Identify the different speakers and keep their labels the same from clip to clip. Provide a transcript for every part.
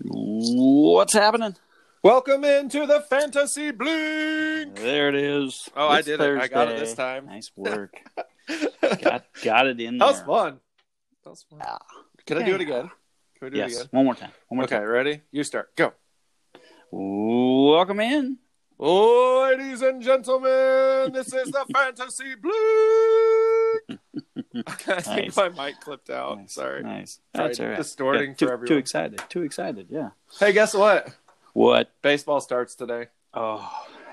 Speaker 1: What's happening?
Speaker 2: Welcome into the fantasy blink.
Speaker 1: There it is.
Speaker 2: Oh, I did it. I got it this time.
Speaker 1: Nice work. got, got it in
Speaker 2: That
Speaker 1: there.
Speaker 2: was fun. That was fun.
Speaker 1: Ah.
Speaker 2: Can I do it again? Can we do it
Speaker 1: Yes.
Speaker 2: again?
Speaker 1: One more time. One more
Speaker 2: Okay,
Speaker 1: time.
Speaker 2: ready? You start. Go.
Speaker 1: Welcome in.
Speaker 2: Ladies and gentlemen, this is the fantasy blink. I
Speaker 1: Nice.
Speaker 2: think my mic clipped out.
Speaker 1: Nice.
Speaker 2: Sorry.
Speaker 1: Nice.
Speaker 2: Sorry,
Speaker 1: That's all right.
Speaker 2: distorting
Speaker 1: Yeah,
Speaker 2: for
Speaker 1: too,
Speaker 2: everyone.
Speaker 1: Too excited. Too excited. Yeah.
Speaker 2: Hey, guess what?
Speaker 1: What?
Speaker 2: Baseball starts today.
Speaker 1: Oh,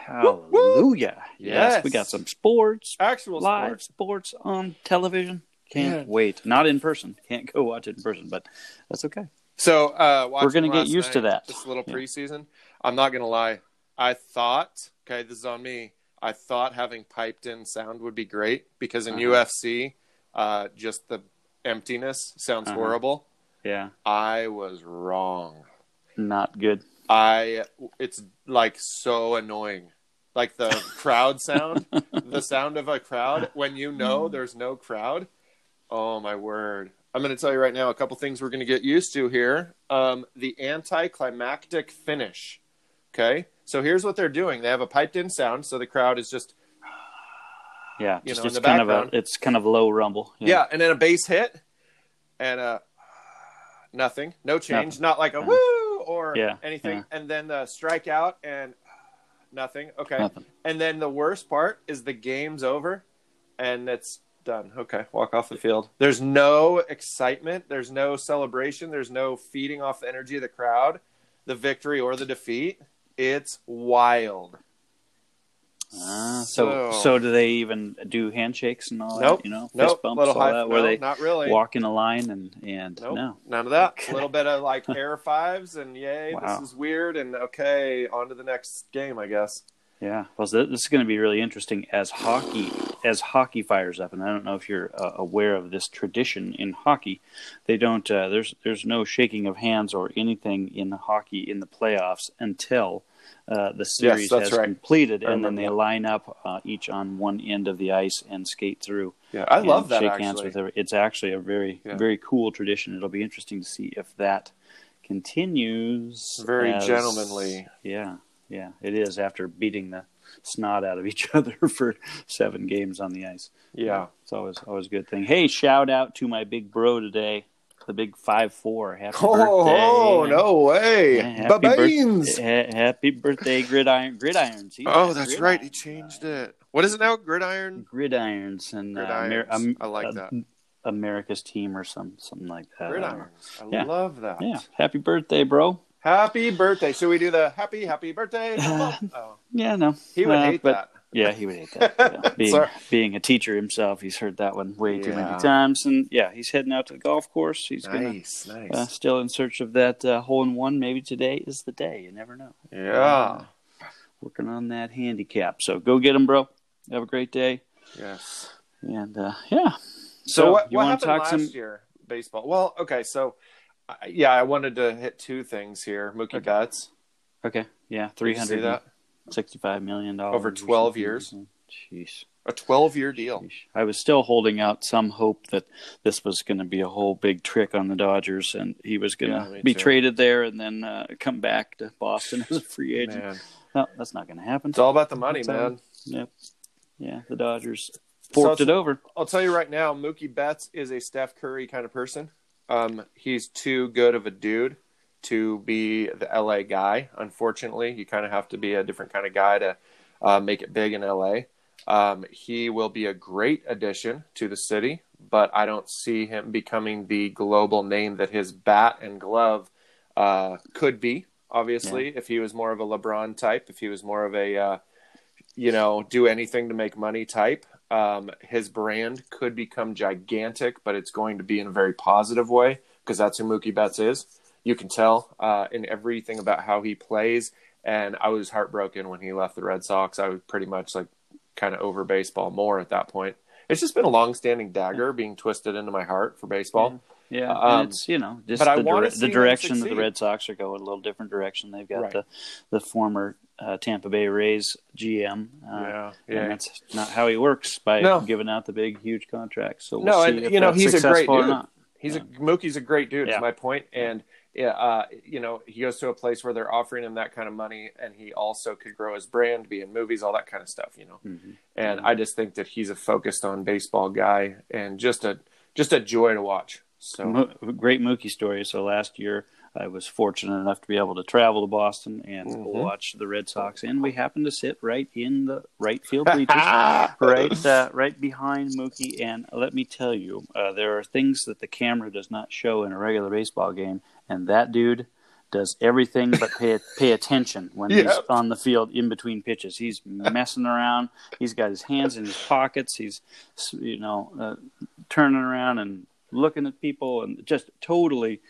Speaker 2: Woo, woo.
Speaker 1: hallelujah. Yes.
Speaker 2: Yes.
Speaker 1: We got some sports,
Speaker 2: Actual
Speaker 1: live
Speaker 2: sports.
Speaker 1: sports on television. Can't
Speaker 2: Yeah.
Speaker 1: wait. Not in person. Can't go watch it in person, but that's okay.
Speaker 2: So uh,
Speaker 1: We're gonna
Speaker 2: watching
Speaker 1: get
Speaker 2: last
Speaker 1: used to
Speaker 2: night,
Speaker 1: that.
Speaker 2: Just a little
Speaker 1: Yeah.
Speaker 2: preseason. I'm not gonna lie. I thought, okay, this is on me. I thought having piped in sound would be great because in
Speaker 1: Uh-huh.
Speaker 2: UFC, uh, just the emptiness sounds
Speaker 1: Uh-huh.
Speaker 2: horrible.
Speaker 1: Yeah.
Speaker 2: I was wrong.
Speaker 1: Not good.
Speaker 2: I it's like so annoying. Like the crowd sound, the sound of a crowd when you know there's no crowd. Oh my word. I'm going to tell you right now a couple things we're going to get used to here. Um, the anticlimactic finish. Okay. So here's what they're doing they have a piped in sound. So the crowd is just,
Speaker 1: Yeah.
Speaker 2: You
Speaker 1: Just,
Speaker 2: know, in
Speaker 1: it's
Speaker 2: the
Speaker 1: kind of
Speaker 2: background.
Speaker 1: a it's kind of low rumble.
Speaker 2: yeah. And then a bass hit and uh, nothing. No change. Not like a
Speaker 1: Yeah. Uh-huh.
Speaker 2: woo or
Speaker 1: Yeah,
Speaker 2: anything.
Speaker 1: yeah.
Speaker 2: And then the strikeout and nothing. Okay.
Speaker 1: Nothing.
Speaker 2: And then the worst part is the game's over and it's done. Okay, walk off the field. There's no excitement, there's no celebration, there's no feeding off the energy of the crowd, the victory or the defeat. It's wild.
Speaker 1: Ah, so, so do they even do handshakes and all
Speaker 2: Nope,
Speaker 1: that? You know, fist
Speaker 2: nope,
Speaker 1: bumps,
Speaker 2: little
Speaker 1: all
Speaker 2: high,
Speaker 1: that,
Speaker 2: no,
Speaker 1: where they
Speaker 2: not really.
Speaker 1: walk in a line and and
Speaker 2: Nope,
Speaker 1: no.
Speaker 2: none of that.
Speaker 1: Okay.
Speaker 2: A little bit of like air fives and yay,
Speaker 1: Wow.
Speaker 2: this is weird and okay, on to the next game, I guess.
Speaker 1: Yeah, well, so this is going to be really interesting as hockey as hockey fires up, and I don't know if you're uh, aware of this tradition in hockey. They don't uh, there's there's no shaking of hands or anything in hockey in the playoffs until uh, the series
Speaker 2: that's
Speaker 1: has
Speaker 2: right.
Speaker 1: completed,
Speaker 2: I
Speaker 1: and then
Speaker 2: remember
Speaker 1: they
Speaker 2: that.
Speaker 1: line up uh, each on one end of the ice and skate through.
Speaker 2: Yeah, I
Speaker 1: and
Speaker 2: love that
Speaker 1: Shake
Speaker 2: actually.
Speaker 1: hands with every, It's actually a very
Speaker 2: Yeah.
Speaker 1: very cool tradition. It'll be interesting to see if that continues.
Speaker 2: Very gentlemanly.
Speaker 1: Yeah, yeah, it is. After beating the snot out of each other for seven games on the ice.
Speaker 2: yeah.
Speaker 1: it's always always a good thing. Hey, shout out to my big bro today, the big five four. Happy birthday!
Speaker 2: Oh, no way.
Speaker 1: Yeah, happy,
Speaker 2: Babanes.
Speaker 1: birth- ha- happy birthday, Gridiron Gridirons. He's
Speaker 2: Oh,
Speaker 1: got
Speaker 2: that's right. He
Speaker 1: gridirons.
Speaker 2: changed it. What is it now? Gridiron.
Speaker 1: Gridirons and uh, Amer-
Speaker 2: Gridirons.
Speaker 1: Am-
Speaker 2: I like
Speaker 1: uh,
Speaker 2: that.
Speaker 1: America's team or some something like that. I don't know.
Speaker 2: Gridirons. I
Speaker 1: yeah.
Speaker 2: love that.
Speaker 1: Yeah, happy birthday, bro.
Speaker 2: Happy birthday. Should we do the happy happy birthday?
Speaker 1: Uh,
Speaker 2: oh,
Speaker 1: Yeah, no,
Speaker 2: he would
Speaker 1: uh,
Speaker 2: hate
Speaker 1: but-
Speaker 2: that.
Speaker 1: Yeah, he would hate that. Yeah. Being,
Speaker 2: Sorry.
Speaker 1: being a teacher himself, he's heard that one way too
Speaker 2: Yeah.
Speaker 1: many times. And yeah, he's heading out to the golf course. He's gonna
Speaker 2: Nice, nice.
Speaker 1: uh, still in search of that uh, hole in one. Maybe today is the day. You never know.
Speaker 2: yeah.
Speaker 1: Working on that handicap. So go get him, bro. Have a great day.
Speaker 2: Yes.
Speaker 1: And uh, yeah.
Speaker 2: So, what,
Speaker 1: you
Speaker 2: what
Speaker 1: want
Speaker 2: happened
Speaker 1: to talk
Speaker 2: last
Speaker 1: some?
Speaker 2: year? Baseball. Well, okay. So, I yeah, I wanted to hit two things here. Mookie
Speaker 1: Okay.
Speaker 2: Betts.
Speaker 1: Okay. Yeah,
Speaker 2: Did
Speaker 1: three
Speaker 2: you see
Speaker 1: hundred
Speaker 2: that?
Speaker 1: sixty-five million dollars
Speaker 2: Over 12 years?
Speaker 1: Jeez.
Speaker 2: A 12 year deal.
Speaker 1: Sheesh. I was still holding out some hope that this was going to be a whole big trick on the Dodgers, and he was going
Speaker 2: Yeah,
Speaker 1: to
Speaker 2: me
Speaker 1: be
Speaker 2: too.
Speaker 1: traded there and then uh, come back to Boston as a free agent.
Speaker 2: Man.
Speaker 1: No, that's not going to happen.
Speaker 2: It's all about the money,
Speaker 1: It's um, all-
Speaker 2: man.
Speaker 1: Yep. Yeah, the Dodgers forked
Speaker 2: So-
Speaker 1: it over.
Speaker 2: I'll tell you right now, Mookie Betts is a Steph Curry kind of person. Um, he's too good of a dude to be the LA guy. Unfortunately, you kind of have to be a different kind of guy to uh, make it big in LA. Um, he will be a great addition to the city, but I don't see him becoming the global name that his bat and glove uh, could be. Obviously, if he was more of a LeBron type, if he was more of a uh, you know, do anything to make money type. Um, his brand could become gigantic, but it's going to be in a very positive way because that's who Mookie Betts is. You can tell uh, in everything about how he plays. And I was heartbroken when he left the Red Sox. I was pretty much like kind of over baseball more at that point. It's just been a long-standing dagger being twisted into my heart for baseball.
Speaker 1: Yeah,
Speaker 2: Um,
Speaker 1: and it's you know just
Speaker 2: but I
Speaker 1: the,
Speaker 2: wanna
Speaker 1: dire-
Speaker 2: see
Speaker 1: the
Speaker 2: them
Speaker 1: direction that the
Speaker 2: succeed.
Speaker 1: Red Sox are going a little different direction. They've got
Speaker 2: Right.
Speaker 1: the the former uh, Tampa Bay Rays GM. Uh,
Speaker 2: yeah,
Speaker 1: And
Speaker 2: yeah.
Speaker 1: that's not how he works by
Speaker 2: No.
Speaker 1: giving out the big, huge contracts. So we'll
Speaker 2: No,
Speaker 1: see
Speaker 2: and,
Speaker 1: if
Speaker 2: you know,
Speaker 1: that's
Speaker 2: he's a great
Speaker 1: successful or
Speaker 2: dude.
Speaker 1: not.
Speaker 2: He's a Mookie's a great dude.
Speaker 1: Yeah.
Speaker 2: Is my point. And yeah, uh, you know, he goes to a place where they're offering him that kind of money, and he also could grow his brand, be in movies, all that kind of stuff. You know,
Speaker 1: Mhm.
Speaker 2: and I just think that he's a focused on baseball guy, and just a just a joy to watch. So
Speaker 1: Mo- great Mookie story. So last year, I was fortunate enough to be able to travel to Boston and
Speaker 2: Mhm.
Speaker 1: watch the Red Sox, and we happened to sit right in the right field bleachers.
Speaker 2: Ah!
Speaker 1: right uh, right behind Mookie. And let me tell you, uh, there are things that the camera does not show in a regular baseball game, and that dude does everything but pay pay attention when he's
Speaker 2: Yeah.
Speaker 1: on the field in between pitches. He's messing around. He's got his hands in his pockets. He's you know uh, turning around and looking at people and just totally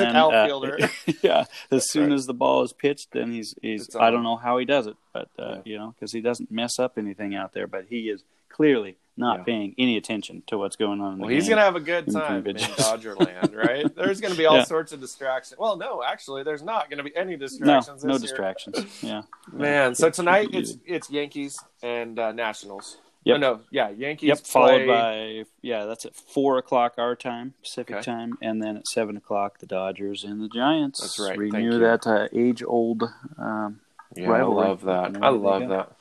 Speaker 1: and then, uh,
Speaker 2: outfielder.
Speaker 1: yeah, as soon
Speaker 2: right.
Speaker 1: as the ball is pitched, then he's he's.
Speaker 2: It's
Speaker 1: I
Speaker 2: on.
Speaker 1: don't know how he does it, but uh, you know, because he doesn't mess up anything out there. But he is clearly not
Speaker 2: Yeah.
Speaker 1: paying any attention to what's going on. In
Speaker 2: Well,
Speaker 1: the
Speaker 2: he's
Speaker 1: game.
Speaker 2: going to have a good
Speaker 1: in
Speaker 2: time in
Speaker 1: Cambridge.
Speaker 2: Dodger land, right? There's going to be all
Speaker 1: Yeah.
Speaker 2: sorts of distractions. Well, no, actually, there's not going to be any
Speaker 1: no
Speaker 2: distractions.
Speaker 1: no
Speaker 2: this year.
Speaker 1: distractions. Yeah,
Speaker 2: Man, so tonight
Speaker 1: be
Speaker 2: it's it's Yankees and uh, Nationals.
Speaker 1: Yep.
Speaker 2: Oh, no, yeah, Yankees.
Speaker 1: yep. Followed
Speaker 2: play-
Speaker 1: by yeah, that's at four o'clock our time, Pacific
Speaker 2: Okay.
Speaker 1: time, and then at seven o'clock the Dodgers and the Giants.
Speaker 2: That's right. Thank
Speaker 1: Renew
Speaker 2: you.
Speaker 1: that uh, age old. Um,
Speaker 2: Yeah,
Speaker 1: rivalry.
Speaker 2: I love that.
Speaker 1: Yeah,
Speaker 2: I
Speaker 1: there you
Speaker 2: love
Speaker 1: go.
Speaker 2: that.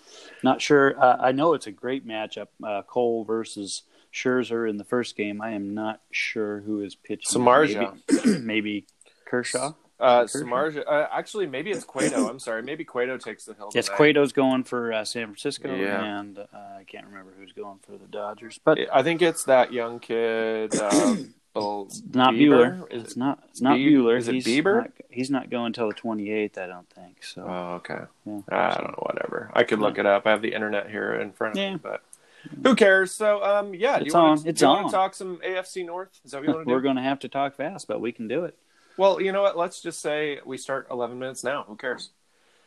Speaker 1: Not sure. Uh, I know it's a great matchup. Uh, Cole versus Scherzer in the first game. I am not sure who is pitching.
Speaker 2: Samardzija.
Speaker 1: Maybe, maybe Kershaw.
Speaker 2: Uh,
Speaker 1: Kershaw.
Speaker 2: Samarja, uh, actually, maybe it's Cueto. I'm sorry, maybe Cueto takes the hill.
Speaker 1: Yes,
Speaker 2: tonight.
Speaker 1: Cueto's going for uh, San Francisco,
Speaker 2: Yeah.
Speaker 1: and uh, I can't remember who's going for the Dodgers. But
Speaker 2: I think it's that young kid. Um, Bel-
Speaker 1: it's not
Speaker 2: Bieber?
Speaker 1: Bueller.
Speaker 2: Is
Speaker 1: It's not. It's not
Speaker 2: Be-
Speaker 1: Bueller.
Speaker 2: is it
Speaker 1: he's
Speaker 2: Bieber?
Speaker 1: Not, he's not going until the twenty eighth. I don't think so.
Speaker 2: Oh, okay.
Speaker 1: Yeah.
Speaker 2: I don't know. Whatever. I could look it up. I have the internet here in front of
Speaker 1: Yeah.
Speaker 2: me, but who cares? So, um, yeah. do
Speaker 1: It's
Speaker 2: you wanna,
Speaker 1: on. It's
Speaker 2: do you wanna
Speaker 1: on.
Speaker 2: talk some AFC North? Is that what you want to
Speaker 1: We're
Speaker 2: do?
Speaker 1: going to have to talk fast, but we can do it.
Speaker 2: Well, you know what? Let's just say we start 11 minutes now. Who cares?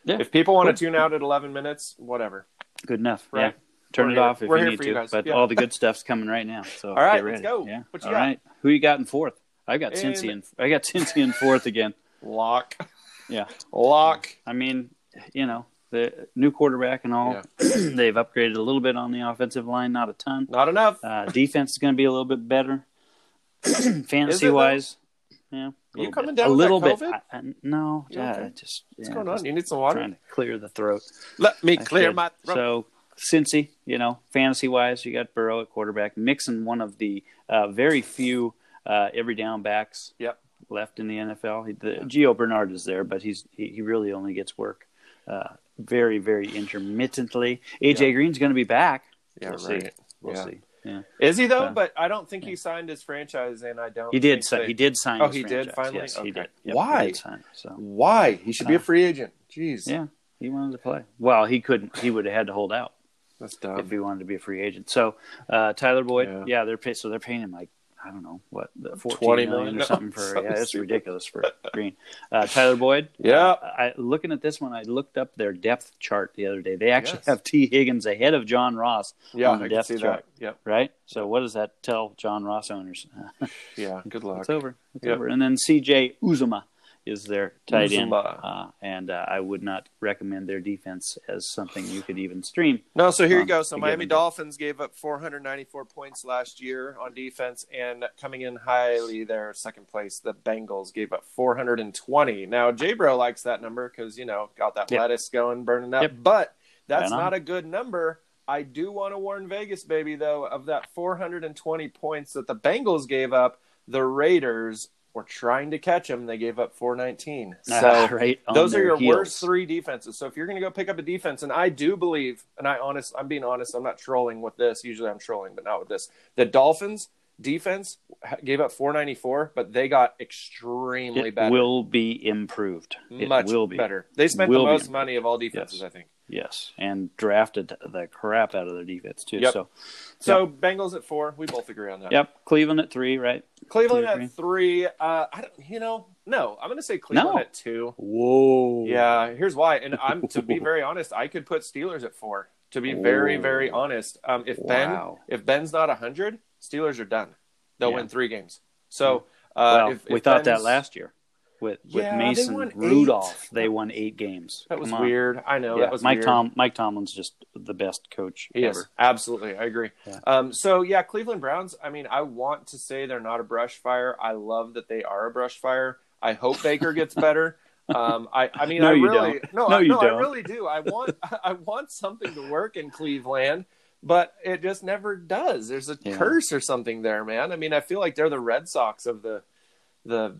Speaker 1: Yeah.
Speaker 2: If people want
Speaker 1: Cool.
Speaker 2: to tune out at 11 minutes, whatever.
Speaker 1: Good enough.
Speaker 2: Right.
Speaker 1: Yeah. Turn
Speaker 2: We're
Speaker 1: it
Speaker 2: here-
Speaker 1: off if
Speaker 2: we're
Speaker 1: you
Speaker 2: here
Speaker 1: need
Speaker 2: for
Speaker 1: to.
Speaker 2: you guys.
Speaker 1: But
Speaker 2: Yeah.
Speaker 1: all the good stuff's coming right now. So all
Speaker 2: right,
Speaker 1: get ready.
Speaker 2: let's go.
Speaker 1: Yeah.
Speaker 2: What you
Speaker 1: All
Speaker 2: got?
Speaker 1: right. Who you got in fourth? I got
Speaker 2: In-
Speaker 1: Cincy in. I got Cincy in fourth again.
Speaker 2: Lock.
Speaker 1: Yeah.
Speaker 2: Lock.
Speaker 1: I mean, you know, the new quarterback and all.
Speaker 2: Yeah.
Speaker 1: they've upgraded a little bit on the offensive line, not a ton.
Speaker 2: Not enough.
Speaker 1: Uh, defense is going to be a little bit better, fantasy wise. Yeah. a little
Speaker 2: coming
Speaker 1: bit. a
Speaker 2: down with that
Speaker 1: little bit?
Speaker 2: COVID?
Speaker 1: I- I- no.
Speaker 2: You
Speaker 1: yeah,
Speaker 2: okay?
Speaker 1: Just
Speaker 2: What's
Speaker 1: yeah,
Speaker 2: going on?
Speaker 1: just
Speaker 2: You need some water?
Speaker 1: Trying to clear the throat.
Speaker 2: Let me
Speaker 1: I
Speaker 2: clear
Speaker 1: should.
Speaker 2: my throat.
Speaker 1: So, Cincy, you know, fantasy wise, you got Burrow at quarterback, mixing one of the uh, very few uh, every down backs
Speaker 2: Yep.
Speaker 1: left in the NFL. He, the, Gio Bernard is there, but he's he, he really only gets work uh, very, very intermittently. AJ
Speaker 2: Yeah.
Speaker 1: Green's going to be back.
Speaker 2: Yeah,
Speaker 1: we'll
Speaker 2: right.
Speaker 1: see. We'll
Speaker 2: Yeah.
Speaker 1: see. Yeah.
Speaker 2: Is he though?
Speaker 1: Uh,
Speaker 2: but I don't think he signed his franchise, and I don't.
Speaker 1: He did.
Speaker 2: think
Speaker 1: Si-
Speaker 2: they-
Speaker 1: he did sign.
Speaker 2: Oh,
Speaker 1: his
Speaker 2: he did
Speaker 1: franchise.
Speaker 2: finally?
Speaker 1: Yes, he
Speaker 2: Okay.
Speaker 1: did. Yep,
Speaker 2: Why?
Speaker 1: He did sign, it, so
Speaker 2: Why he should be a
Speaker 1: Uh,
Speaker 2: free agent? Jeez,
Speaker 1: yeah, he wanted to play. Well, he couldn't. He would have had to hold out.
Speaker 2: that's
Speaker 1: if
Speaker 2: dumb.
Speaker 1: he wanted to be a free agent. So uh, Tyler Boyd,
Speaker 2: Um, Yeah.
Speaker 1: yeah, they're pay- so they're paying him like I don't know what the
Speaker 2: 20
Speaker 1: fourteen
Speaker 2: million
Speaker 1: million or something for.
Speaker 2: something
Speaker 1: yeah, it's
Speaker 2: stupid.
Speaker 1: ridiculous for Green. Uh, Tyler Boyd.
Speaker 2: Yeah.
Speaker 1: I, looking at this one, I looked up their depth chart the other day. They actually
Speaker 2: Yes.
Speaker 1: have T. Higgins ahead of John Ross,
Speaker 2: Yeah,
Speaker 1: on the
Speaker 2: I can
Speaker 1: depth
Speaker 2: see
Speaker 1: chart.
Speaker 2: that. Yep.
Speaker 1: right? So what does that tell John Ross owners? Uh,
Speaker 2: Yeah. Good luck.
Speaker 1: It's over. It's
Speaker 2: Yep.
Speaker 1: over. And then C.J. Uzuma is their tight end,
Speaker 2: Uzuma.
Speaker 1: uh, and uh, I would not recommend their defense as something you could even stream.
Speaker 2: No, so here you
Speaker 1: Um,
Speaker 2: go. So
Speaker 1: to
Speaker 2: Miami
Speaker 1: give him-
Speaker 2: Dolphins gave up 494 points last year on defense, and coming in highly there, second place, the Bengals gave up 420. Now J Bro likes that number because you know got that
Speaker 1: Yep.
Speaker 2: lettuce going, burning up.
Speaker 1: Yep.
Speaker 2: But that's
Speaker 1: Right on.
Speaker 2: not a good number. I do want to warn Vegas, baby, though, of that 420 points that the Bengals gave up. The Raiders were trying to catch them. They gave up 419. So
Speaker 1: right on
Speaker 2: those are
Speaker 1: their
Speaker 2: your
Speaker 1: heels.
Speaker 2: worst three defenses. So if you're going to go pick up a defense, and I do believe, and I honest, I'm being honest, I'm not trolling with this. Usually I'm trolling, but not with this. The Dolphins defense ha- gave up 494, but they got extremely
Speaker 1: it
Speaker 2: better,
Speaker 1: will be improved. It
Speaker 2: much
Speaker 1: will be
Speaker 2: better. They spent the
Speaker 1: Will be
Speaker 2: most
Speaker 1: improved.
Speaker 2: money of all defenses,
Speaker 1: Yes.
Speaker 2: I think.
Speaker 1: Yes, and drafted the crap out of their defense too.
Speaker 2: Yep.
Speaker 1: So,
Speaker 2: So Bengals at four, we both agree on that.
Speaker 1: yep, Cleveland at three, right?
Speaker 2: Cleveland
Speaker 1: You agree?
Speaker 2: at three. Uh, I don't, you know, no, I'm going to say Cleveland
Speaker 1: No.
Speaker 2: at two.
Speaker 1: Whoa.
Speaker 2: Yeah, here's why. And I'm to be very honest, I could put Steelers at four. To be very,
Speaker 1: Ooh.
Speaker 2: very honest, um, if
Speaker 1: Wow.
Speaker 2: Ben if Ben's not hundred, Steelers are done. They'll
Speaker 1: Yeah.
Speaker 2: win three games. So uh,
Speaker 1: Well,
Speaker 2: if,
Speaker 1: we
Speaker 2: if
Speaker 1: thought that
Speaker 2: Ben's-
Speaker 1: last year. with
Speaker 2: Yeah,
Speaker 1: with
Speaker 2: they
Speaker 1: Mason
Speaker 2: won eight.
Speaker 1: Rudolph. They won eight games.
Speaker 2: That was
Speaker 1: Come on.
Speaker 2: weird. I know
Speaker 1: yeah,
Speaker 2: that was
Speaker 1: Mike
Speaker 2: weird.
Speaker 1: Tom Mike Tomlin's just the best coach
Speaker 2: Yes,
Speaker 1: ever.
Speaker 2: absolutely. I agree.
Speaker 1: Yeah.
Speaker 2: Um, so yeah, Cleveland Browns. I mean, I want to say they're not a brush fire. I love that they are a brush fire. I hope Baker gets better. Um, I, I mean,
Speaker 1: No,
Speaker 2: I
Speaker 1: you
Speaker 2: really no,
Speaker 1: No,
Speaker 2: I,
Speaker 1: you
Speaker 2: no, I
Speaker 1: don't.
Speaker 2: really do. I want, I want something to work in Cleveland, but it just never does. There's a
Speaker 1: Yeah.
Speaker 2: curse or something there, man. I mean, I feel like they're the Red Sox of the, the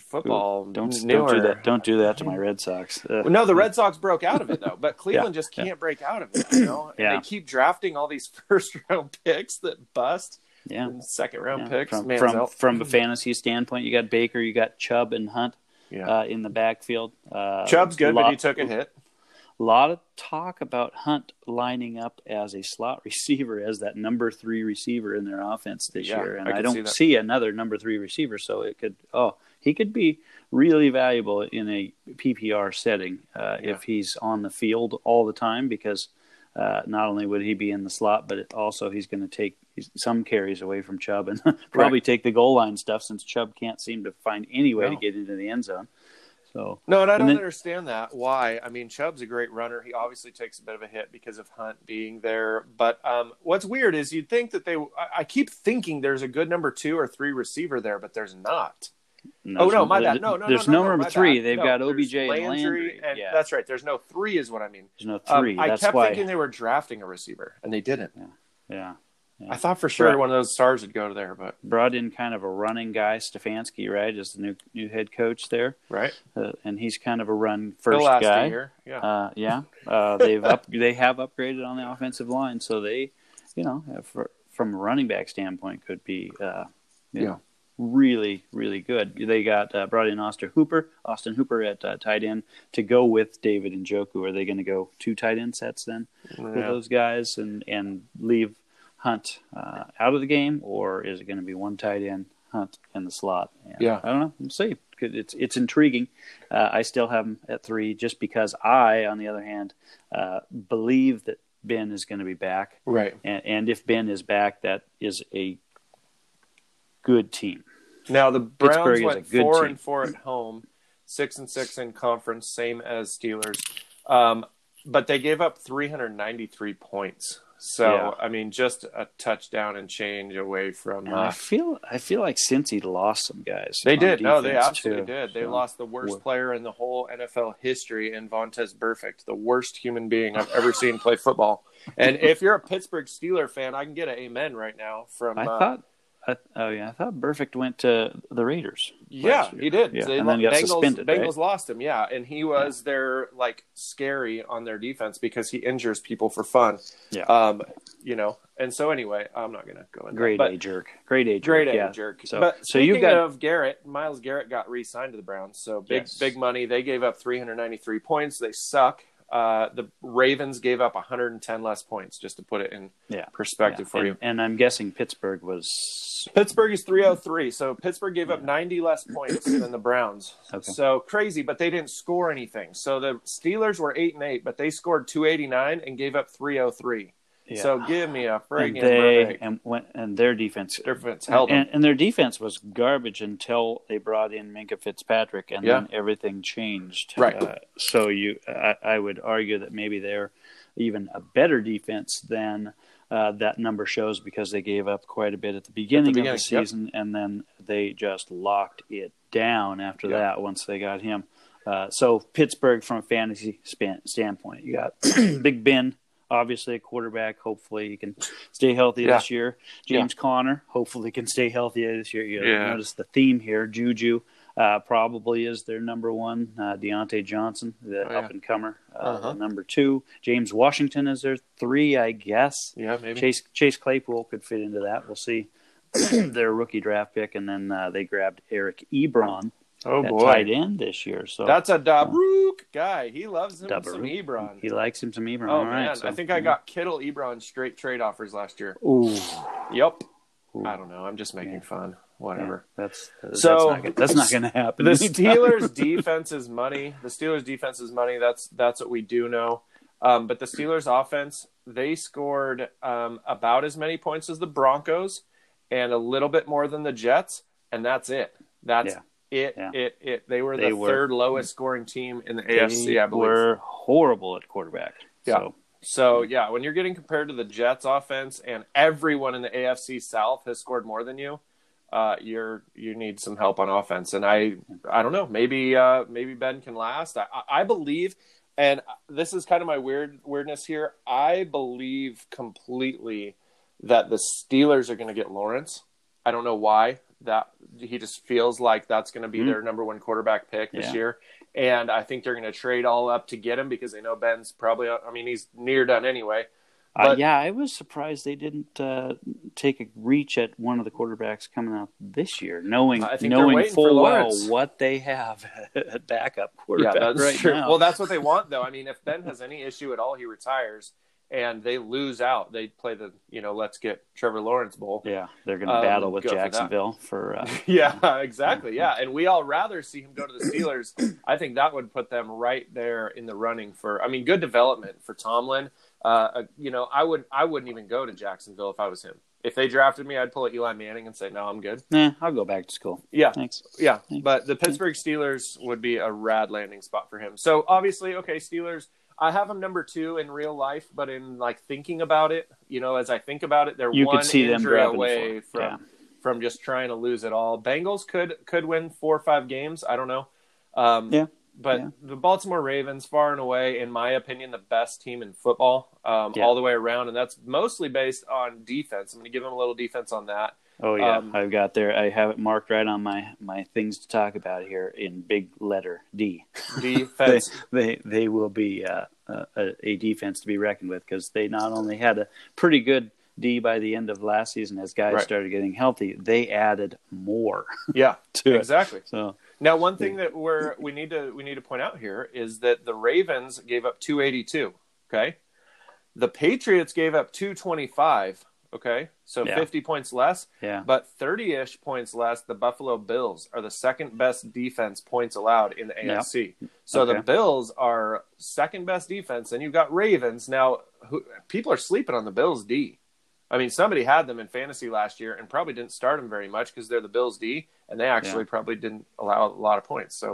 Speaker 2: football.
Speaker 1: Don't
Speaker 2: newer-
Speaker 1: don't do that. Don't do that to my Red Sox. Uh, Ugh.
Speaker 2: well, no, the Red Sox broke out of it though, but Cleveland just can't break out of it. You know, and
Speaker 1: Yeah.
Speaker 2: they keep drafting all these first round picks that bust,
Speaker 1: yeah.
Speaker 2: and second round
Speaker 1: yeah.
Speaker 2: picks.
Speaker 1: From
Speaker 2: Manziel.
Speaker 1: from from a fantasy standpoint, you got Baker, you got Chubb and Hunt
Speaker 2: yeah.
Speaker 1: uh, in the backfield. Uh,
Speaker 2: Chubb's good, but
Speaker 1: lot-
Speaker 2: he took a hit.
Speaker 1: lot of talk about Hunt lining up as a slot receiver, as that number three receiver in their offense this
Speaker 2: Yeah,
Speaker 1: year, and
Speaker 2: I
Speaker 1: I,
Speaker 2: can
Speaker 1: don't
Speaker 2: see
Speaker 1: see,
Speaker 2: that.
Speaker 1: another number three receiver. So it could, oh, he could be really valuable in a PPR setting uh,
Speaker 2: Yeah.
Speaker 1: if he's on the field all the time, because uh, not only would he be in the slot, but it also he's going to take he's- some carries away from Chubb and probably take the goal line stuff since Chubb can't seem to find any way to
Speaker 2: No.
Speaker 1: get into the end zone. So
Speaker 2: No, and I
Speaker 1: And
Speaker 2: don't
Speaker 1: then-
Speaker 2: understand that. Why? I mean, Chubb's a great runner. He obviously takes a bit of a hit because of Hunt being there. But um, what's weird is you'd think that they. I, I keep thinking there's a good number two or three receiver there, but there's not.
Speaker 1: No,
Speaker 2: Oh
Speaker 1: there's
Speaker 2: no, my bad. No, no,
Speaker 1: There's
Speaker 2: no,
Speaker 1: no,
Speaker 2: no, no,
Speaker 1: number
Speaker 2: my
Speaker 1: three.
Speaker 2: bad.
Speaker 1: They've
Speaker 2: No,
Speaker 1: got
Speaker 2: there's
Speaker 1: OBJ and Landry.
Speaker 2: and
Speaker 1: yeah,
Speaker 2: that's right. There's no three, is what I mean.
Speaker 1: there's no
Speaker 2: Um,
Speaker 1: three.
Speaker 2: I
Speaker 1: that's
Speaker 2: kept
Speaker 1: why.
Speaker 2: thinking they were drafting a receiver, and they didn't.
Speaker 1: yeah,
Speaker 2: I thought for sure
Speaker 1: Right.
Speaker 2: one of those stars would go to there, but
Speaker 1: brought in kind of a running guy, Stefanski, right, as the new new head coach there,
Speaker 2: right,
Speaker 1: uh, and he's kind of a run
Speaker 2: He'll
Speaker 1: first
Speaker 2: last a
Speaker 1: guy.
Speaker 2: year. Yeah,
Speaker 1: Uh, yeah, uh, they've up they have upgraded on the offensive line, so they, you know, have- for, from a running back standpoint, could be, uh, you
Speaker 2: Yeah.
Speaker 1: know, really really good. They got uh, brought in Austin Hooper, Austin Hooper at uh, tight end to go with David and Joku. Are they going to go two tight end sets then? with
Speaker 2: Yeah.
Speaker 1: those guys and and leave Hunt uh, out of the game, or is it going to be one tight end, Hunt in the slot? And
Speaker 2: Yeah.
Speaker 1: I don't know. We'll see. Could- It's it's intriguing. Uh, I still have him at three, just because I, on the other hand, uh, believe that Ben is going to be back,
Speaker 2: right.
Speaker 1: and, and if Ben is back, that is a good team.
Speaker 2: Now the Browns
Speaker 1: Pittsburgh is
Speaker 2: went
Speaker 1: a good
Speaker 2: four
Speaker 1: team.
Speaker 2: and four at home, six and six in conference, same as Steelers. Um, but they gave up 393 points. So
Speaker 1: Yeah.
Speaker 2: I mean, just a touchdown and change away from.
Speaker 1: And I
Speaker 2: Uh,
Speaker 1: feel I feel like since he lost some guys,
Speaker 2: they
Speaker 1: on
Speaker 2: did. No, they
Speaker 1: defense,
Speaker 2: absolutely
Speaker 1: too.
Speaker 2: did. They
Speaker 1: So,
Speaker 2: lost the worst
Speaker 1: Wha-
Speaker 2: player in the whole NFL history in Vontez Burfict, the worst human being I've ever seen play football. And if you're a Pittsburgh Steeler fan, I can get an amen right now from.
Speaker 1: I
Speaker 2: uh,
Speaker 1: thought. I, oh yeah, I thought Perfect went to the Raiders.
Speaker 2: Yeah,
Speaker 1: last year.
Speaker 2: he did.
Speaker 1: Yeah,
Speaker 2: They
Speaker 1: and
Speaker 2: lo-
Speaker 1: then got
Speaker 2: Bengals,
Speaker 1: suspended,
Speaker 2: Bengals
Speaker 1: right?
Speaker 2: lost him. Yeah, and he was their like scary on their defense because he injures people for fun.
Speaker 1: Yeah.
Speaker 2: Um, you know, and so anyway, I'm not gonna go into
Speaker 1: Grade
Speaker 2: that,
Speaker 1: A jerk. Grade A
Speaker 2: but
Speaker 1: jerk.
Speaker 2: great
Speaker 1: yeah.
Speaker 2: A jerk.
Speaker 1: So-
Speaker 2: but
Speaker 1: so you've
Speaker 2: speaking
Speaker 1: got-
Speaker 2: of Garrett, Miles Garrett got re-signed to the Browns, so big
Speaker 1: Yes.
Speaker 2: big money. They gave up 393 points. They suck. Uh, the Ravens gave up 110 less points, just to put it in
Speaker 1: Yeah.
Speaker 2: perspective for
Speaker 1: and,
Speaker 2: you.
Speaker 1: And I'm guessing Pittsburgh was
Speaker 2: Pittsburgh is 303. So Pittsburgh gave up 90 less points than the Browns.
Speaker 1: Okay.
Speaker 2: So crazy, but they didn't score anything. So the Steelers were 8 and 8, but they scored 289 and gave up 303.
Speaker 1: yeah.
Speaker 2: So give me a
Speaker 1: and
Speaker 2: friggin'
Speaker 1: they
Speaker 2: break.
Speaker 1: and went and their defense
Speaker 2: Difference held them.
Speaker 1: and, and their defense was garbage until they brought in Minka Fitzpatrick and
Speaker 2: Yeah.
Speaker 1: then everything changed.
Speaker 2: Right.
Speaker 1: Uh, so you I, I would argue that maybe they're even a better defense than uh, that number shows because they gave up quite a bit at the beginning,
Speaker 2: beginning,
Speaker 1: of the
Speaker 2: yep.
Speaker 1: season and then they just locked it down after
Speaker 2: Yeah.
Speaker 1: that once they got him. Uh, so Pittsburgh, from a fantasy span, standpoint, you got Big Ben, obviously a quarterback. Hopefully he can stay healthy
Speaker 2: Yeah.
Speaker 1: this year.
Speaker 2: Yeah.
Speaker 1: James Conner, hopefully can stay healthy this year. You
Speaker 2: Yeah.
Speaker 1: notice the theme here. Juju uh, probably is their number one. Uh, Deontay Johnson, the
Speaker 2: Oh, yeah.
Speaker 1: up and comer, uh,
Speaker 2: Uh-huh.
Speaker 1: the number two. James Washington is their three, I guess.
Speaker 2: Yeah, maybe.
Speaker 1: Chase Chase Claypool could fit into that. We'll see. their rookie draft pick, and then uh, they grabbed Eric Ebron
Speaker 2: oh,
Speaker 1: at
Speaker 2: boy.
Speaker 1: tight end this year. So
Speaker 2: That's a Dabruk guy. He loves him some
Speaker 1: Dabrowski.
Speaker 2: Ebron.
Speaker 1: He likes him some Ebron.
Speaker 2: Oh,
Speaker 1: All
Speaker 2: man.
Speaker 1: right, so-
Speaker 2: I think I got Kittle Ebron straight trade offers last year.
Speaker 1: Ooh,
Speaker 2: Yep.
Speaker 1: Ooh.
Speaker 2: I don't know. I'm just making
Speaker 1: Yeah.
Speaker 2: fun. Whatever.
Speaker 1: Yeah, that's uh, that's
Speaker 2: So-
Speaker 1: not gonna, that's not going to happen.
Speaker 2: The
Speaker 1: anytime.
Speaker 2: Steelers defense is money. The Steelers defense is money. That's that's what we do know. Um, but the Steelers offense, they scored um, about as many points as the Broncos, and a little bit more than the Jets, and that's it. That's
Speaker 1: Yeah.
Speaker 2: It
Speaker 1: Yeah.
Speaker 2: it it. They were
Speaker 1: They
Speaker 2: the
Speaker 1: were-
Speaker 2: third lowest scoring team in the
Speaker 1: They
Speaker 2: AFC, I believe.
Speaker 1: were horrible at quarterback.
Speaker 2: Yeah.
Speaker 1: So,
Speaker 2: So yeah, when you're getting compared to the Jets offense and everyone in the AFC South has scored more than you, uh, you're you need some help on offense. And I I don't know, maybe uh, maybe Ben can last. I, I- I believe, and this is kind of my weird weirdness here. I believe completely that the Steelers are going to get Lawrence. I don't know why that he just feels like that's going to be
Speaker 1: Mhm.
Speaker 2: their number one quarterback pick this
Speaker 1: Yeah.
Speaker 2: year. And I think they're going to trade all up to get him because they know Ben's probably, I mean, he's near done anyway.
Speaker 1: uh,
Speaker 2: But-
Speaker 1: yeah, I was surprised they didn't uh, take a reach at one of the quarterbacks coming out this year, knowing
Speaker 2: I think they're
Speaker 1: knowing
Speaker 2: waiting for
Speaker 1: full well
Speaker 2: Lawrence.
Speaker 1: what they have at backup quarterback right now.
Speaker 2: Well, that's what they want, though. I mean, if Ben has any issue at all, he retires and they lose out. They play the, you know, let's get Trevor Lawrence Bowl.
Speaker 1: yeah, they're going to
Speaker 2: Um,
Speaker 1: battle with
Speaker 2: go for that.
Speaker 1: Jacksonville for, uh,
Speaker 2: Yeah, exactly. Yeah, and we all rather see him go to the Steelers. I think that would put them right there in the running for. I mean, good development for Tomlin. Uh, uh, you know, I would I wouldn't even go to Jacksonville if I was him. If they drafted me, I'd pull at Eli Manning and say, "No, I'm good."
Speaker 1: nah, eh, I'll go back to school.
Speaker 2: Yeah,
Speaker 1: Thanks.
Speaker 2: yeah. But the Pittsburgh Steelers would be a rad landing spot for him. So obviously, okay, Steelers. I have them number two in real life, but in like thinking about it, you know, as I think about it, they're
Speaker 1: You
Speaker 2: one
Speaker 1: could see them
Speaker 2: injury
Speaker 1: grabbing the
Speaker 2: away
Speaker 1: four.
Speaker 2: from
Speaker 1: Yeah.
Speaker 2: from just trying to lose it all. Bengals could could win four or five games. I don't know. Um,
Speaker 1: Yeah.
Speaker 2: But
Speaker 1: Yeah.
Speaker 2: the Baltimore Ravens, far and away, in my opinion, the best team in football um,
Speaker 1: Yeah.
Speaker 2: all the way around, and that's mostly based on defense. I'm going to give them a little defense on that.
Speaker 1: Oh yeah,
Speaker 2: Um,
Speaker 1: I've got there. I have it marked right on my my things to talk about here in big letter D. They
Speaker 2: Defense,
Speaker 1: they, they will be uh, a, a defense to be reckoned with because they not only had a pretty good D by the end of last season as guys
Speaker 2: Right.
Speaker 1: started getting healthy, they added more
Speaker 2: yeah,
Speaker 1: to it.
Speaker 2: exactly.
Speaker 1: So
Speaker 2: Now, one thing that we're we need to we need to point out here is that the Ravens gave up 282. Okay, the Patriots gave up 225. Okay, so
Speaker 1: Yeah.
Speaker 2: 50 points less.
Speaker 1: yeah,
Speaker 2: But 30 ish points less, the Buffalo Bills are the second best defense points allowed in the
Speaker 1: Yeah.
Speaker 2: AFC. So
Speaker 1: Okay.
Speaker 2: the Bills are second best defense, and you've got Ravens. Now, who, people are sleeping on the Bills D. I mean, somebody had them in fantasy last year and probably didn't start them very much because they're the Bills D, and they actually probably didn't allow a lot of points. So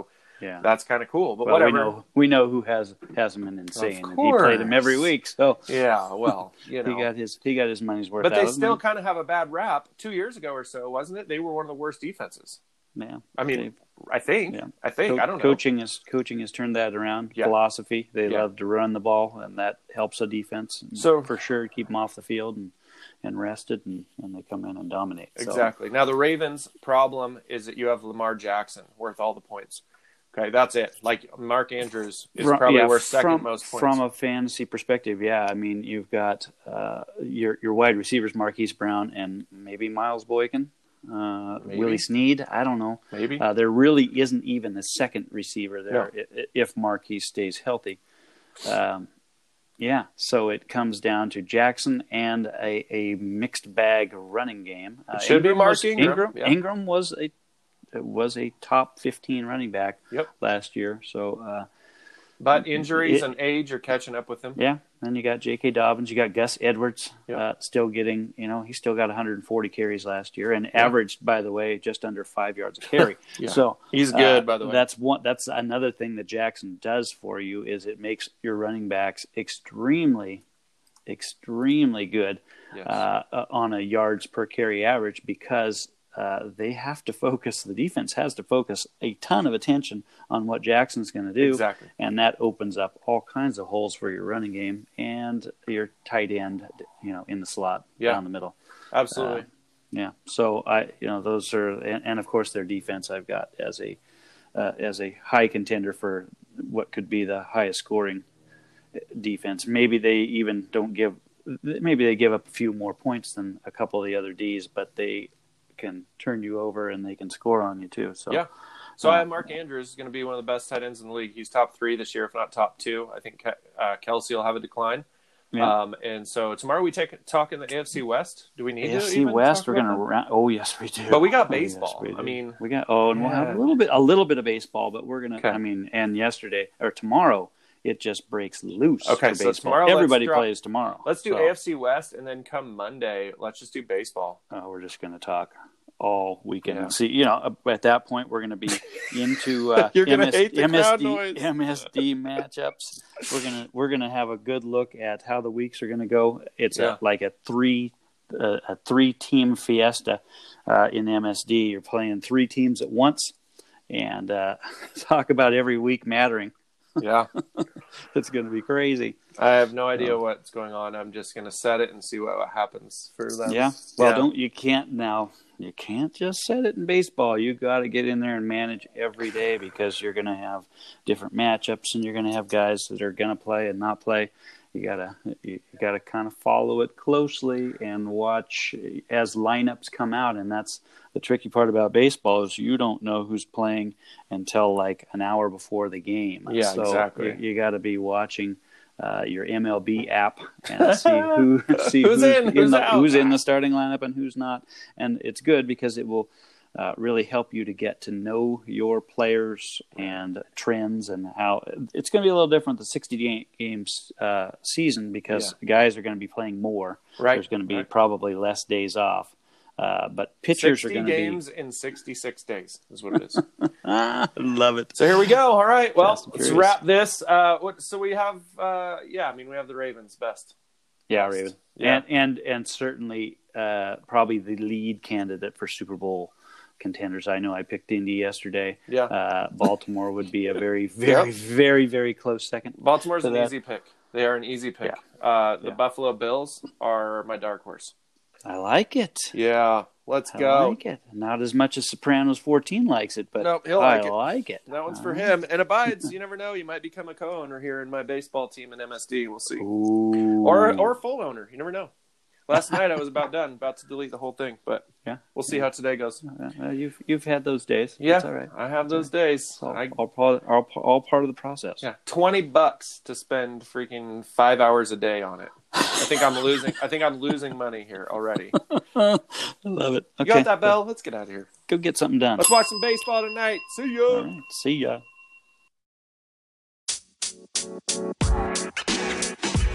Speaker 1: yeah.
Speaker 2: that's kind of cool. But
Speaker 1: well,
Speaker 2: whatever.
Speaker 1: we know we know who has has him in insane. and He
Speaker 2: course.
Speaker 1: played him every week, so
Speaker 2: Yeah, well, you know.
Speaker 1: he got his he got his money's worth.
Speaker 2: but
Speaker 1: out
Speaker 2: they
Speaker 1: of him.
Speaker 2: still kind of have a bad rap. Two years ago or so, wasn't it? They were one of the worst defenses.
Speaker 1: yeah.
Speaker 2: I mean,
Speaker 1: They-
Speaker 2: I think.
Speaker 1: Yeah.
Speaker 2: I think.
Speaker 1: Co-
Speaker 2: I don't know.
Speaker 1: coaching is coaching has turned that around.
Speaker 2: Yeah.
Speaker 1: Philosophy. They
Speaker 2: Yeah.
Speaker 1: love to run the ball, and that helps a defense. And
Speaker 2: So-
Speaker 1: for sure, keep them off the field and, and rested, and, and they come in and dominate. So,
Speaker 2: Exactly. Now the Ravens' problem is that you have Lamar Jackson worth all the points. Okay, that's it. Like Mark Andrews is
Speaker 1: from-
Speaker 2: probably
Speaker 1: yeah,
Speaker 2: worth
Speaker 1: from,
Speaker 2: second most points.
Speaker 1: From a fantasy perspective, yeah. I mean, you've got uh, your your wide receivers Marquise Brown and maybe Miles Boykin, uh,
Speaker 2: Maybe.
Speaker 1: Willie Sneed. I don't know.
Speaker 2: Maybe.
Speaker 1: Uh, there really isn't even a second receiver there i- i- if Marquise stays healthy. Um, yeah, so it comes down to Jackson and a, a mixed bag running game. Uh,
Speaker 2: It should be Mark
Speaker 1: was-
Speaker 2: Ingram,
Speaker 1: Ingram,
Speaker 2: yeah.
Speaker 1: Ingram was a was a top fifteen running back
Speaker 2: Yep.
Speaker 1: last year. So uh,
Speaker 2: but injuries
Speaker 1: it-
Speaker 2: and age are catching up with him.
Speaker 1: yeah, then you got J.K. Dobbins, you got Gus Edwards,
Speaker 2: Yep.
Speaker 1: uh, still getting you know he still got 140 carries last year and averaged by the way just under five yards a carry.
Speaker 2: Yeah.
Speaker 1: So
Speaker 2: He's good,
Speaker 1: uh,
Speaker 2: by the way.
Speaker 1: That's one. That's another thing that Jackson does for you is it makes your running backs extremely, extremely good
Speaker 2: Yes.
Speaker 1: uh, uh, on a yards per carry average because uh, they have to focus. The defense has to focus a ton of attention on what Jackson's going to do,
Speaker 2: exactly.
Speaker 1: and that opens up all kinds of holes for your running game and your tight end. You know, in the slot
Speaker 2: Yeah.
Speaker 1: down the middle.
Speaker 2: Absolutely.
Speaker 1: Yeah. So I, you know, those are, and, and of course their defense I've got as a, uh, as a high contender for what could be the highest scoring uh, defense. Maybe they even don't give, maybe they give up a few more points than a couple of the other D's, but they can turn you over and they can score on you too. So
Speaker 2: Yeah. so I
Speaker 1: uh,
Speaker 2: have Mark Andrews is going to be one of the best tight ends in the league. He's top three this year, if not top two. I think uh, Kelsey will have a decline.
Speaker 1: Yeah.
Speaker 2: Um, and so tomorrow we take talk in the AFC West. Do we need to
Speaker 1: AFC
Speaker 2: even
Speaker 1: West,
Speaker 2: talk
Speaker 1: we're
Speaker 2: about
Speaker 1: gonna.
Speaker 2: that?
Speaker 1: Ra- oh yes, we do.
Speaker 2: But we got
Speaker 1: Oh, yes,
Speaker 2: baseball.
Speaker 1: we
Speaker 2: I
Speaker 1: do.
Speaker 2: mean-
Speaker 1: we got. Oh, and we'll have
Speaker 2: Yeah.
Speaker 1: a little bit, a little bit of baseball. But we're gonna.
Speaker 2: Okay.
Speaker 1: I mean, and yesterday or tomorrow, it just breaks loose.
Speaker 2: Okay,
Speaker 1: for
Speaker 2: so
Speaker 1: baseball.
Speaker 2: tomorrow let's
Speaker 1: everybody
Speaker 2: drop-
Speaker 1: plays tomorrow.
Speaker 2: Let's do
Speaker 1: So,
Speaker 2: AFC West, and then come Monday, let's just do baseball.
Speaker 1: uh, we're just gonna talk all weekend.
Speaker 2: Yeah.
Speaker 1: See, you know, uh, at that point we're going to be into uh,
Speaker 2: You're gonna
Speaker 1: MS
Speaker 2: hate the crowd
Speaker 1: MSD
Speaker 2: noise.
Speaker 1: MSD matchups. We're gonna we're gonna have a good look at how the weeks are going to go. It's
Speaker 2: Yeah.
Speaker 1: a, like a three uh, a three team fiesta uh, in MSD. You're playing three teams at once, and uh, talk about every week mattering.
Speaker 2: Yeah.
Speaker 1: It's going to be crazy.
Speaker 2: I have no idea what's going on. I'm just gonna set it and see what, what happens for them.
Speaker 1: Yeah. Well,
Speaker 2: Yeah.
Speaker 1: don't you can't now. You can't just set it in baseball. You got to get in there and manage every day because you're going to have different matchups and you're going to have guys that are going to play and not play. You gotta you gotta kind of follow it closely and watch as lineups come out, and that's the tricky part about baseball is you don't know who's playing until like an hour before the game.
Speaker 2: Yeah,
Speaker 1: so
Speaker 2: exactly.
Speaker 1: You, you got to be watching uh, your MLB app and see who see
Speaker 2: Who's in, who's
Speaker 1: the,
Speaker 2: out?
Speaker 1: who's in the starting lineup and who's not. And it's good because it will uh, really help you to get to know your players and trends and how it's going to be a little different the 60 game, games uh, season because guys are going to be playing more.
Speaker 2: Right.
Speaker 1: There's going to be
Speaker 2: Right.
Speaker 1: probably less days off. Uh, but pitchers are
Speaker 2: 60
Speaker 1: going to be
Speaker 2: games in 66 days is what it is.
Speaker 1: Ah, love it.
Speaker 2: so here we go. All right. Well,
Speaker 1: Fast and
Speaker 2: let's
Speaker 1: Furious.
Speaker 2: wrap this. Uh, what, so we have, uh, yeah, I mean, we have the Ravens best.
Speaker 1: Yeah, Raven.
Speaker 2: Yeah.
Speaker 1: And and and certainly uh, probably the lead candidate for Super Bowl contenders. I know I picked Indy yesterday.
Speaker 2: Yeah.
Speaker 1: Uh, Baltimore would be a very, very, very, very close second.
Speaker 2: Baltimore's
Speaker 1: So
Speaker 2: an
Speaker 1: that-
Speaker 2: easy pick. They are an easy pick. Uh, the
Speaker 1: Yeah.
Speaker 2: Buffalo Bills are my dark horse.
Speaker 1: I like it.
Speaker 2: Yeah, let's
Speaker 1: I
Speaker 2: go.
Speaker 1: like it. Not as much as Sopranos 14 likes it, but
Speaker 2: Nope, he'll
Speaker 1: I
Speaker 2: like it.
Speaker 1: like it. Uh-huh.
Speaker 2: That one's
Speaker 1: All
Speaker 2: for
Speaker 1: right.
Speaker 2: him. And abides, you never know. You might become a co-owner here in my baseball team in MSD. We'll see.
Speaker 1: Ooh.
Speaker 2: Or or full owner. You never know. Last night I was about done, about to delete the whole thing, but
Speaker 1: Yeah.
Speaker 2: we'll see how today goes.
Speaker 1: Uh, uh, you've you've had those days.
Speaker 2: Yeah,
Speaker 1: It's all right.
Speaker 2: I have those days.
Speaker 1: It's all,
Speaker 2: I,
Speaker 1: all, part, all, all part of the process.
Speaker 2: yeah, twenty bucks to spend freaking five hours a day on it. I think I'm losing. I think I'm losing money here already.
Speaker 1: I love it.
Speaker 2: You
Speaker 1: Okay.
Speaker 2: got that, Bell? Let's get out of here.
Speaker 1: Go, go get something done.
Speaker 2: Let's watch some baseball tonight. See ya.
Speaker 1: All right. See ya.